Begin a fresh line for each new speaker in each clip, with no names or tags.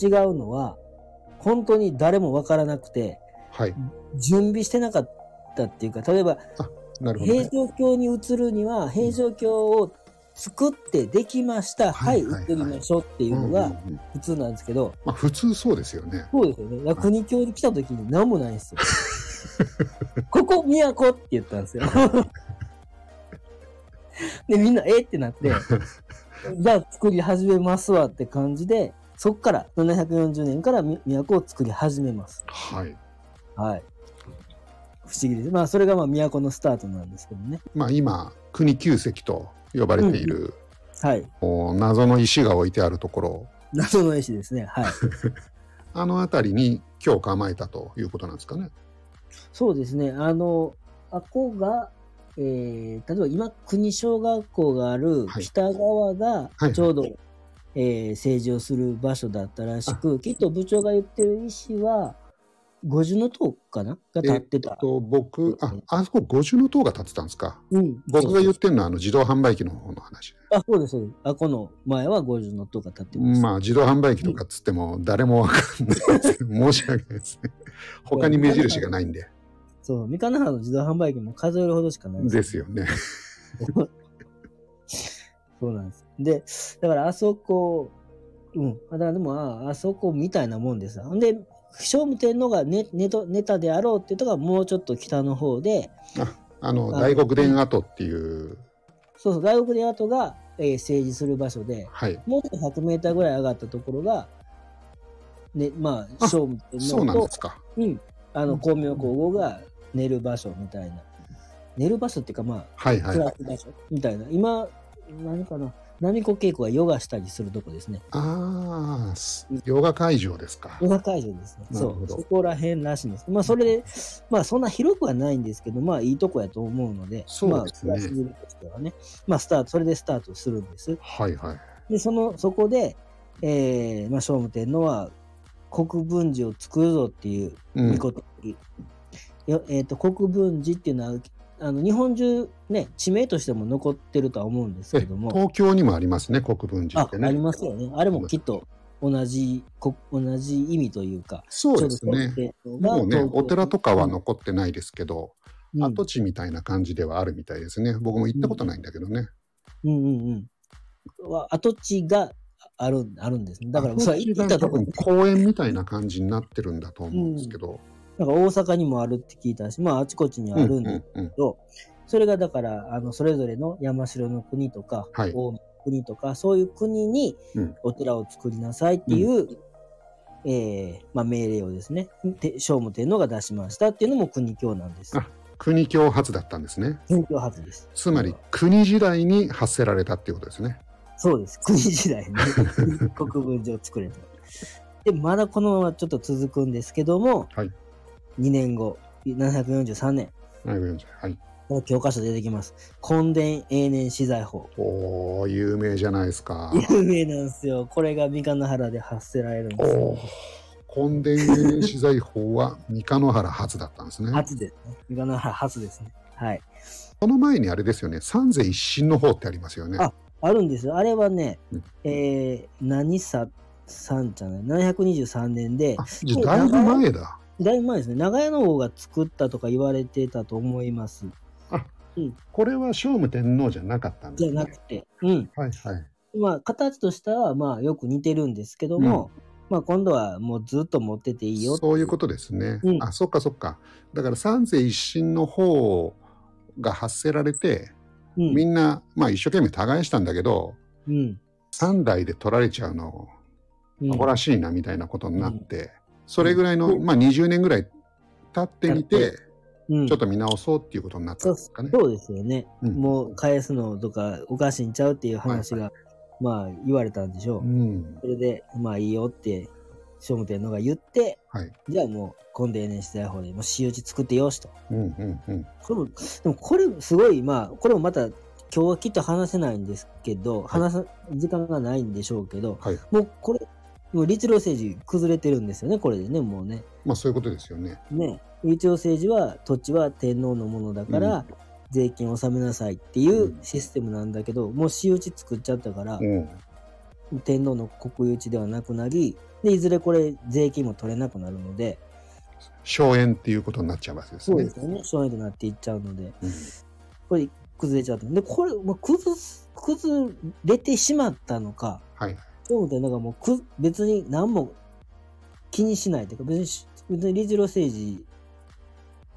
違うのは、本当に誰もわからなくて、
はい。
準備してなかったっていうか、例えば、
なるほど、
平
ね。
城京に移るには、平城京を作ってできました。は、
はいいはい
移りましょうっていうの
うん
が
うんうん
普通なんですけど、
まあ普通そうですよね。
そうですよね。楽仁教に来た時に何もないんですよ。 ここ、都って言ったん ですよ。で、みんな、えってなって、じゃあ作り始めますわって感じで、そっから740年からみ都を作り始めます。
はい。
はい。不思議です。まあ、それがまあ都のスタートなんですけどね。
まあ今、国旧石と呼ばれている、
はい。
こう謎の石が置いてあるところ、
謎の絵師ですね。はい。
あの辺りに今日構えたということなんですかね。
そうですね。あの、あこが、えー、例えば今、国小学校がある
はい
北側が
はい
ちょうど、えー政治をする場所だったらしく、きっと部長が言ってる石は、五重の塔かなが立って
え
た
っ。と、僕、あ、あそこ五重の塔が建ってたんですか。
うん。
僕が言
う
ってるのはあの自動販売機の方の話。
あ、そうです、そうです。あこの前は五重の塔が立ってました。
まあ自動販売機とかっつっても誰もわかんないですけど。申し訳ないですね。他に目印がないんで。
そう、三河原の自動販売機も数えるほどしかない
ですよね。
そうなんです。で、だからあそこ、うん、だからでもあ、あそこみたいなもんです。ほんで、聖武天皇がネネタネタであろうっていうとがもうちょっと北の方で、
あの、
あの
大黒殿跡っていう、
そうそう、外国で後が、えー政治する場所で、
はい。
もうちょっと100メーターぐらい上がったところが、ね、まあ、
あ
聖武天
そう
皇
なん
と
で、すか。
うん、あの、光明皇后が寝る場所みたいな。寝る場所っていうか、ま
はい
あ、
はい
暮。らす場所みたいな。今、何かな、波子稽古がヨガしたりするとこですね。
ああ、すヨガ会場ですか
ヨ。ガ会場ですね。
なる
そ
ほ
う。
ど
そこら辺らしいんです。まあ、それで、まあ、そんな広くはないんですけど、まあ、いいとこやと思うので、
そうですね
まあ、暮らしぶりとしてはね、まあ、スタート、それでスタートするんです。
はいはい。
で、その、そこで、えー、まあ、聖武天皇は、国分寺を作るぞっていう、
うん
見、事に、よえっ、と、国分寺っていうのは、あの、日本中、ね、地名としても残ってるとは思うんです
え
けども。
東京にもありますね、国分寺
あ
っ、てね。
ありますよね。あれもきっと同じ、こ同じ意味というか。
そうですね。
ちょうど
も
そううです
ね
が、
お寺とかは残ってないですけど、
うん
跡地みたいな感じではあるみたいですね。僕も行ったことないんだけどね。
うんうんうん。は跡地があるあるんですね。だから、
跡地
それは行ったとこ
が多分公園みたいな感じになってるんだと思うんですけど。
なんか大阪にもあるって聞いたし、まあ、あちこちにはあるん
う
だ
んうんうん
けど、それがだから、あの、それぞれの山城の国とか、
は
近
い
江の国とか、そういう国に
うん
お寺を作りなさいっていう、えーまあ、命令をですね、て聖武天皇が出しましたっていうのも国教なんです
あ。国教発だったんですね。
国教発です。
つまり国時代に発せられたっていうことですね。
そうです。国時代に 国分寺を作れた。で、まだこのままちょっと続くんですけども、
はい
2年後、743年、
はい。
この教科書出てきます。根伝永年資材法。
おー、有名じゃないですか。
有名なんですよ。これが三河原で発せられるんですよ。
おー、根伝永資材法は三日野原初だったんですね。
初ですね。三河原初ですね。はい。
その前にあれですよね、三世一新の方ってありますよね。
ああるんですよ。あれはね
うん、
えー、何さ、さんじゃない、723年で、
あじゃあだいぶ前だ。
だいぶ前ですね、長屋の方が作ったとか言われてたと思います。
これは聖武天皇じゃなかったんです
じゃ
ね。
なくて、うん。
はいはい。
まあ、形としては、まあ、よく似てるんですけども、まあ、今度はもうずっと持ってていいよ。
そういうことですね。
うん
あ、そっかそっか。だから三世一新の方が発せられて、
うん
みんな、まあ一生懸命耕したんだけど、
うん。
三代で取られちゃうの、
うん
アホらしいなみたいなことになって、それぐらいの、まあ20年ぐらい経ってみ、
経ってうん
ちょっと見直そうっていうことになったんですかね。
そうですよね。
うん
もう返すのとかおかしいんちゃうっていう話が、まあ、言われたんでしょう。
うん。
それで、まあ、いいよって、聖武天皇が言って、
はい。
じゃあもう、今度 NHK 大法で、もう私有地作ってよしと。
うんうんうん。
これも、でもこれすごい、まあ、これもまた、今日はきっと話せないんですけど、話さ、時間がないんでしょうけど、
はい。
もうこれ、もう律令政治崩れてるんですよね、これでね、もうね。
まあそういうことですよね。
ね。律令政治は土地は天皇のものだから、
うん
税金を納めなさいっていうシステムなんだけど、もう私有地作っちゃったから、
うん。
天皇の国有地ではなくなり、で、いずれこれ税金も取れなくなるので、
荘園っていうことになっちゃうわけです
そう
ね。
ですよね、そういうとなっていっちゃうので、
うん
これ崩れちゃうと。で、これ、まあ、崩す、崩れてしまったのか、
はい。
そう思って、なんかもうく、別に何も気にしないというか、別にし、別に理事郎政治、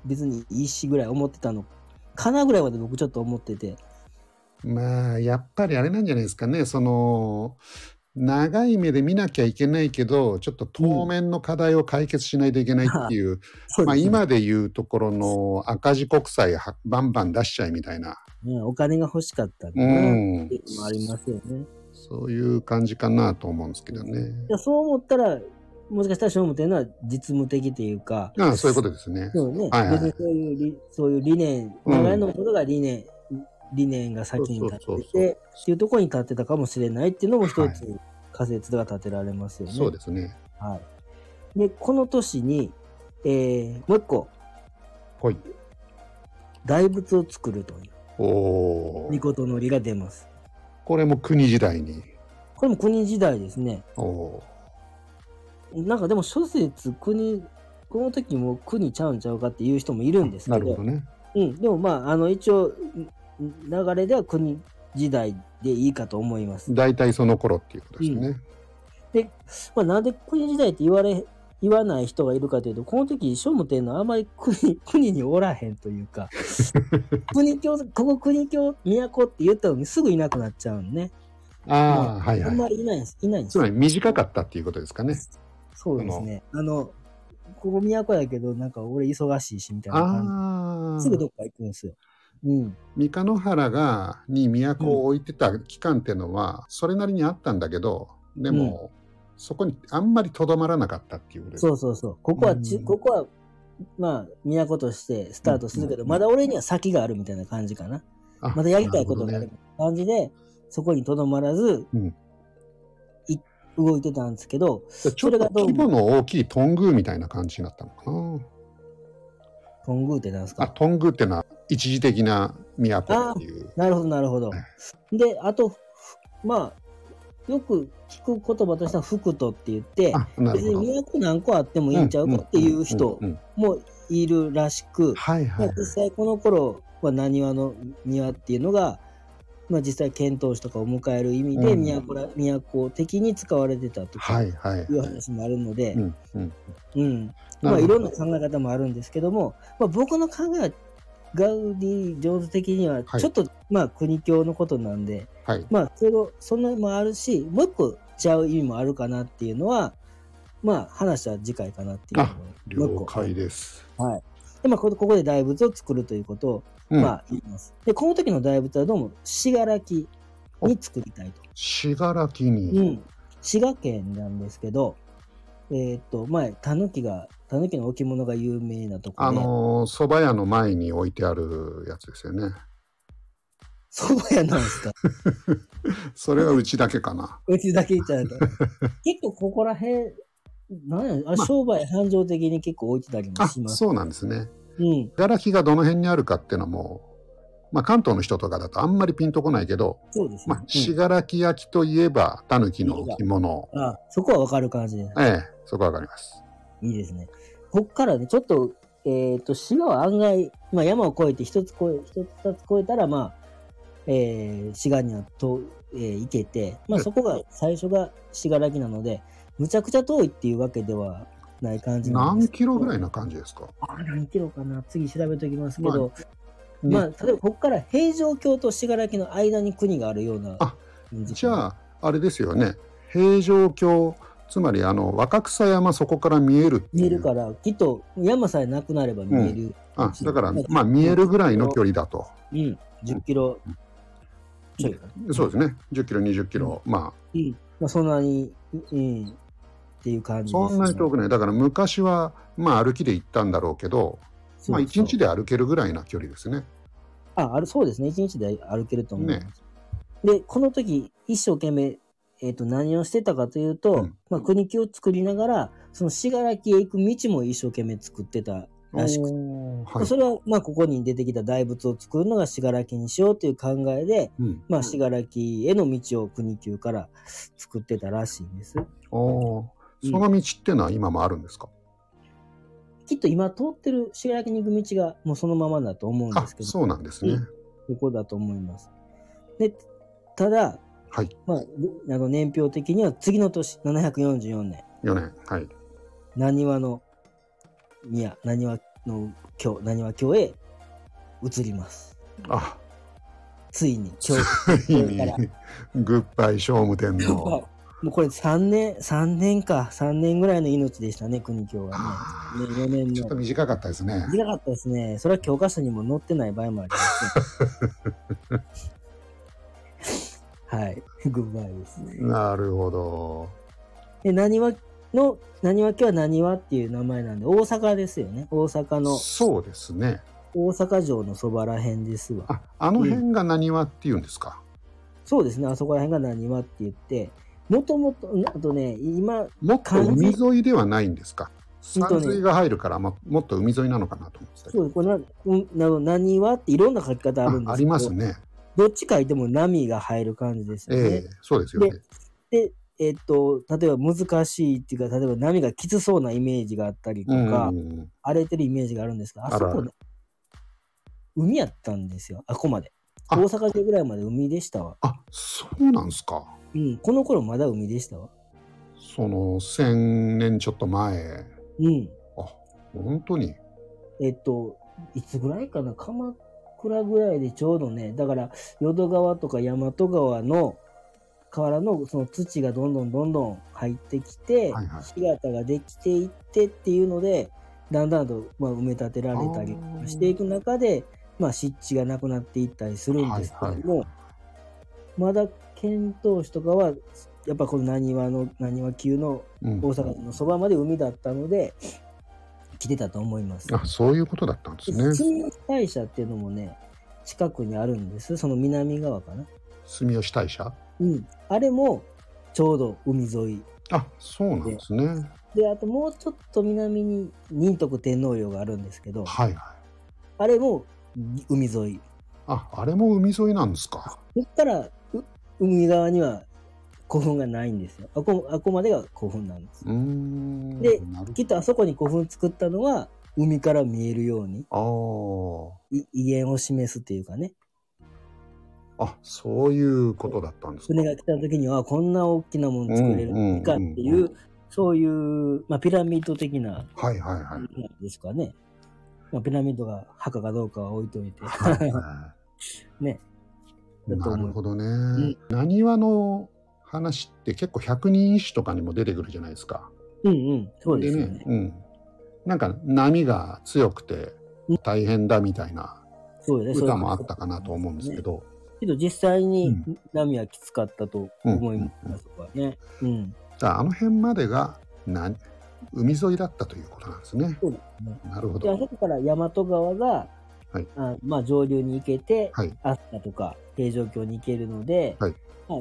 別にいいしぐらい思ってたのかなぐらいまで僕ちょっと思ってて、
まあやっぱりあれなんじゃないですかねその長い目で見なきゃいけないけどちょっと当面の課題を解決しないといけないっていう、
そう
まあ、
ですね
今でいうところの赤字国債はバンバン出しちゃいみたいな、
ねお金が欲しかったんだ
う
なっ
ん
て、いうのもありますよね。
そういう感じかなと思うんですけどね。
いやそう思ったら、もしかしたら商務というのは実務的というか、
ああそういうことですね。
そうね、
はいはい
別にそういう理そういう理念、
うん
長屋のことが理念、理念が先に立
そ
っ
うそう
て
そう
て、っていうところに立ってたかもしれないっていうのも一
はい
つ仮説が立てられますよね。
そうですね。
はい、で、この年に、えーもう一個、
ほい。
大仏を作るという、
おお
御。事のりが出ます。
これも国時代に。
これも国時代ですね。
おお
なんかでも諸説、国、この時も国ちゃうんちゃうかっていう人もいるんです
ー。
け
な
ど、
るほどね。
うん、でもまあ、あの、一応、ん流れでは国時代でいいかと思います。
大体その頃っていうことですね。
で、まあ、なんで国時代って言われ、言わない人がいるかというと、この時、聖武天皇はあまり国、 国におらへんという か、国境、ここ国境、都って言ったのにすぐいなくなっちゃうんね。
ああ、はい
あ
は
んま
い。
りいないんです。いないんです
つ。まり短かったっていうことですかね。
そうですね。あの、ここ都やけど、なんか俺忙しいし、みたいな感
ああ
じ。すぐどっか行くんですよ。うん。
三日野原がに都を置いてた期間っていうのは、それなりにあったんだけどでも、そこにあんまりとどまらなかったっていうことです
そうそうそう。ここはち、
うん
ここは、まあ、都としてスタートするけど、
うん
まだ俺には先があるみたいな感じかな。
あ
またやりたいことが
な
ある
る
みたいな感じで、そこにとどまらず、
うん
い動いてたんですけど、
ほどねちょっと規模の大きい頓宮みたいな感じになったのか
頓宮ってなんです
なあ
か
頓宮っていうのは一時的な都っていう
なるほど、なるほど
はい。
で、あと、まあ、よく聞く言葉としては、福都って言って、
あな
別
るほど
に都何個あってもいいんちゃうかっていう人
んんんうん
もいるらしく、
はいは
ま
い
あ、実際この頃は何話の庭っていうのが、まあ、実際遣唐使とかを迎える意味で
うん
都,、ら都的に使われてたとか
はいいはいはいう
話もあるので、
うんうん
うんま
なる
あ、
ほど
いろんな考え方もあるんですけども、まあ、僕の考えはガウディ上手的には
はい
ちょっと、まあ国境のことなんで、
はい
まあ、それをそんなのもあるしもう一個違う意味もあるかなっていうのはまあ話は次回かなっていうの
あ
もう一
了
個
解です、
はい。で、まあ、こここで大仏を作るということを、
うん
まあ、言います。で、この時の大仏はどうも、信楽に作りたいと。
信楽に、
うん。滋賀県なんですけど、えーっと、前、狸が、狸の置物が有名なとこ
あ
で、
のー蕎麦屋の前に置いてあるやつですよね
そば屋なん ですか。
それはうちだけかな
うちだけ行っちゃうと。結構ここら辺、なんやあれ、
まあ
商売繁盛的に結構置いてたりも
あ
します。
そうなんですね
うん。
信楽がどの辺にあるかっていうのも、まあ、関東の人とかだとあんまりピンとこないけど、
そうですね
まあ、。
う
信楽焼といえばタヌキの置物、
ん、あそこはわかる感じです。
ええそこはわかります
いいですね。こっからね、ちょっと、えっ、と、滋賀は案外、まあ、山を越えて一つ越え、一つ二つ越えたら、まあ、えー滋賀にはと、えー行けて、まあ、
うん
そこが、最初が滋賀楽なので、むちゃくちゃ遠いっていうわけではない感じなんで
何
す。
キロぐらいな感じですか
あ何キロかな次調べておきますけど、
ま
まあ、例えばこっから平城京と滋賀楽の間に国があるような
あ
感
じゃああれですよね平城京つまりあの若草山そこから見えるっていう
見えるから、きっと山さえなくなれば見える。
あだから
うん
まあ見えるぐらいの距離だと
うん、10キロちょいかな。
そうですね10キロ20キロ、まあ
うん、まあ、そんなに、うん、っていう感じです、ね。
そんなに遠くない。だから昔は、まあ歩きで行ったんだろうけど、まあ一日
で。
で歩けるぐらいな距離ですね。
あ、あるそうですね。一日で歩けると思う。
ね
で、この時、一生懸命、えっ、と、何をしてたかというと、
うん
まあ、国旗を作りながら、その信楽へ行く道も一生懸命作ってたらしくて
おはい。
それは、まあ、ここに出てきた大仏を作るのが信楽にしようという考えで、
うん、
まあ、信楽への道を国級から作ってたらしいんです。
おーその道ってのは今もあるんですか、
きっと今通ってる信楽に行く道がもうそのままだと思うんで
あ
すけど、
そうなんですね。
うんここだと思います。で、ただ、
はい。
まあ、あの年表的には次の年、744年、
4年。はい。
何話の宮、何話の京、何話京へ移ります。
あ、
ついに 京都
ついに
だか、
グッバイ聖武天
は
皇。
いもうこれ3年、三年か、3年ぐらいの命でしたね、国境は
あ
ね。ね
ー
4年
ちょっと
の。
短かったですね。
短かったですね。それは教科書にも載ってない場合もあり ますね。はい。グッバイですね。
なるほど。
で、何はの、何は家は何はっていう名前なんで、大阪ですよね。大阪の、
そうですね。
大阪城のそばらへんですわ。
あ、あの辺が何はっていうんですか。
そうですね、あそこらへんが何はって言って、もともと、あとね、今、
もっと海沿いではないんですか。
うんと
山
ね
水が入るから、ま、もっと海沿いなのかなと思ってたけ
そ
ど
うこれなうんなの何はっていろんな書き方あるんですけど
あありますね。
どっち書いても波が入る感じですよ
え
ね。
えそうですよね。
で、えっと、例えば難しいっていうか、例えば波がきつそうなイメージがあったりと
う
か、
ん。
荒れてるイメージがあるんですが、あそ
あ
こ
るあ
ね、海やったんですよ、あここまで。
あ
大阪城ぐらいまで海でしたわ。
あ、そうなんですか。
うん、この頃まだ海でしたわ。
その千年ちょっと前。
うん。
本当に。
えっと、いつぐらいかな、鎌倉ぐらいでちょうどね、だから、淀川とか大和川の河原のその土がどんどんどんどん入ってきて、
はいはい
干潟ができていってっていうので、だんだんと、まあ、埋め立てられたり
あー
していく中で、まあ、湿地がなくなっていったりするんですけども、まだ遣唐使とかは、やっぱこの何話の、何話級の
うん
大阪のそばまで海だったので、来てたと思います。
あ、そういうことだったんですね。
新吉大社っていうのもね、近くにあるんです。その南側かな。
住吉大社。
うん。あれも、ちょうど海沿い。
あ、そうなんですね。
で、あともうちょっと南に仁徳天皇陵があるんですけど、
はいはい。
あれも海沿い。
あ、あれも海沿いなんですか。
そっから、う海側には古墳がないんですよ。あこ、あこまでが古墳なんです
う。ーん。
で
なる
きっとあそこに古墳作ったのは、海から見えるように、
ほ
い威厳を示すっていうかね、
ど。あーあ、そういうことだったんですか。
船が来た時にはこんな大きなもの作れるのかってい
うんうんうんう
うそういう、まあ、ピラミッド的な
はいはいは
なんですかね、まあ、ピラミッドが墓かどうかは置いといて
い。はい
ねだと
な
思
る
う
ほどね。なにわの話って結構百人一首とかにも出てくるじゃないですか。
うんうんそうですよね
うん、なんか波が強くて大変だみたいな
そうですね
歌もあったかなと思うんですけど、
けど実際
う
に
ん
波はきつかったと思います、
うんうんうん
あそこはねうん
だからあの辺までがな海沿いだったということなんですね。
そうですね
なるほ
であ
ど。
そこから大和川が、
はい
あまあ上流に行けて、
はい。
飛鳥とか平城京に行けるので、
はい
まあ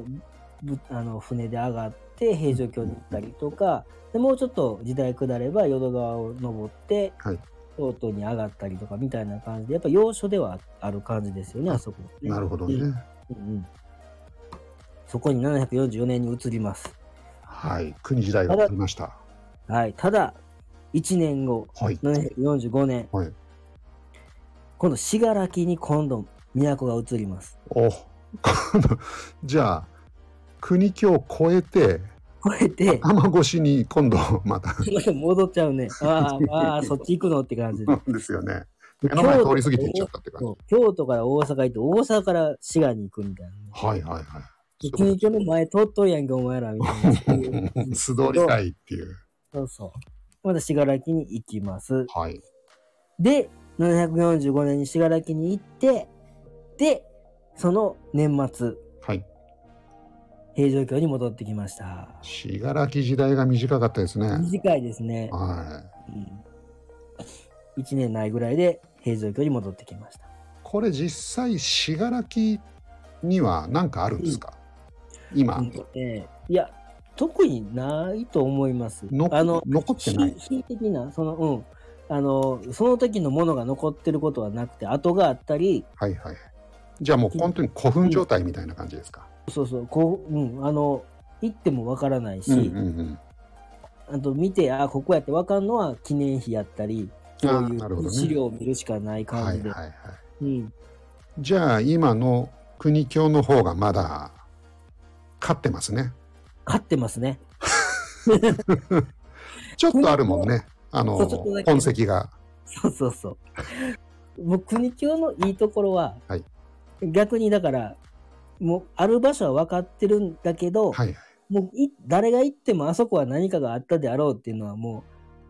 ぶあの船で上がって平城京に行ったりとか、でもうちょっと時代下れば淀川を登って、
はい
京都に上がったりとかみたいな感じでやっぱ要所ではある感じですよねあそこ、
なるほどね。
うんうんそこに744年に移ります、
はい。国時代が終わりました。
はい、ただ1年後
はい。
745年、
はい
今度信楽に今度都が移ります
お このじゃあ国境を越えて
これで
天越しに今度また
戻っちゃう ね。ああ、ああ、そっち行くのって感じで。
ですよね。目の前通り過ぎていっちゃったって感じ。
そう京都から大阪行って、大阪から滋賀に行くみたいなね。
はいはいはい。
一日の前通っとんやんけ、お前らみたい な。
素通りたいっていう。
そうそう。また信楽に行きます。
はい。
で、745年に信楽に行って、で、その年末、
はい。
平城京に戻ってきました。
信楽時代が短かったですね。
短いですね。
はい。
うん、1年ないぐらいで平城京に戻ってきました。
これ実際信楽には何かあるんですか、今、
えーいや、特にないと思います。
の
あの、
残ってない。
非非的な、その、うん。あの、その時のものが残ってることはなくて、跡があったり、
はいはい。じゃあもう本当に古墳状態みたいな感じですか。
そうそう、こう、うん、あの、行ってもわからないし、
うんうんうん。
あと見て、あ、ここやってわかんのは記念碑やったり、そ
あ
うい
なるほど
う
ね
資料を見るしかない
は
感じ
いはい
で。
はい。
うん
じゃあ今の国境の方がまだ勝ってますね。
勝ってますね。
ちょっとあるもんね。あの
そうちょっとだけ
本籍が。
そうそうそう。もう国境のいいところは、
はい
逆にだから、もうある場所は分かってるんだけど、
はいはい。
もうい誰が行ってもあそこは何かがあったであろうっていうのはも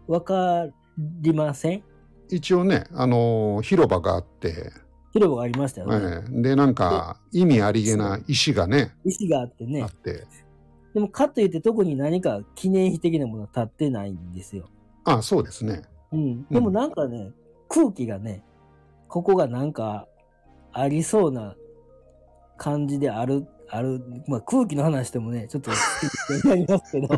う分かりません
一応ね、あの広場があって、
広場がありましたよね。
ええでなんか意味ありげな石がね
石があって
あ
ね
っ。て、
でもかといって特に何か記念碑的なものは立ってないんですよ。
あそうですね。
うん。でもなんかね、空気がね、ここがなんかありそうな感じである、ある、まあ空気の話でもね、ちょっと好きになりますけど、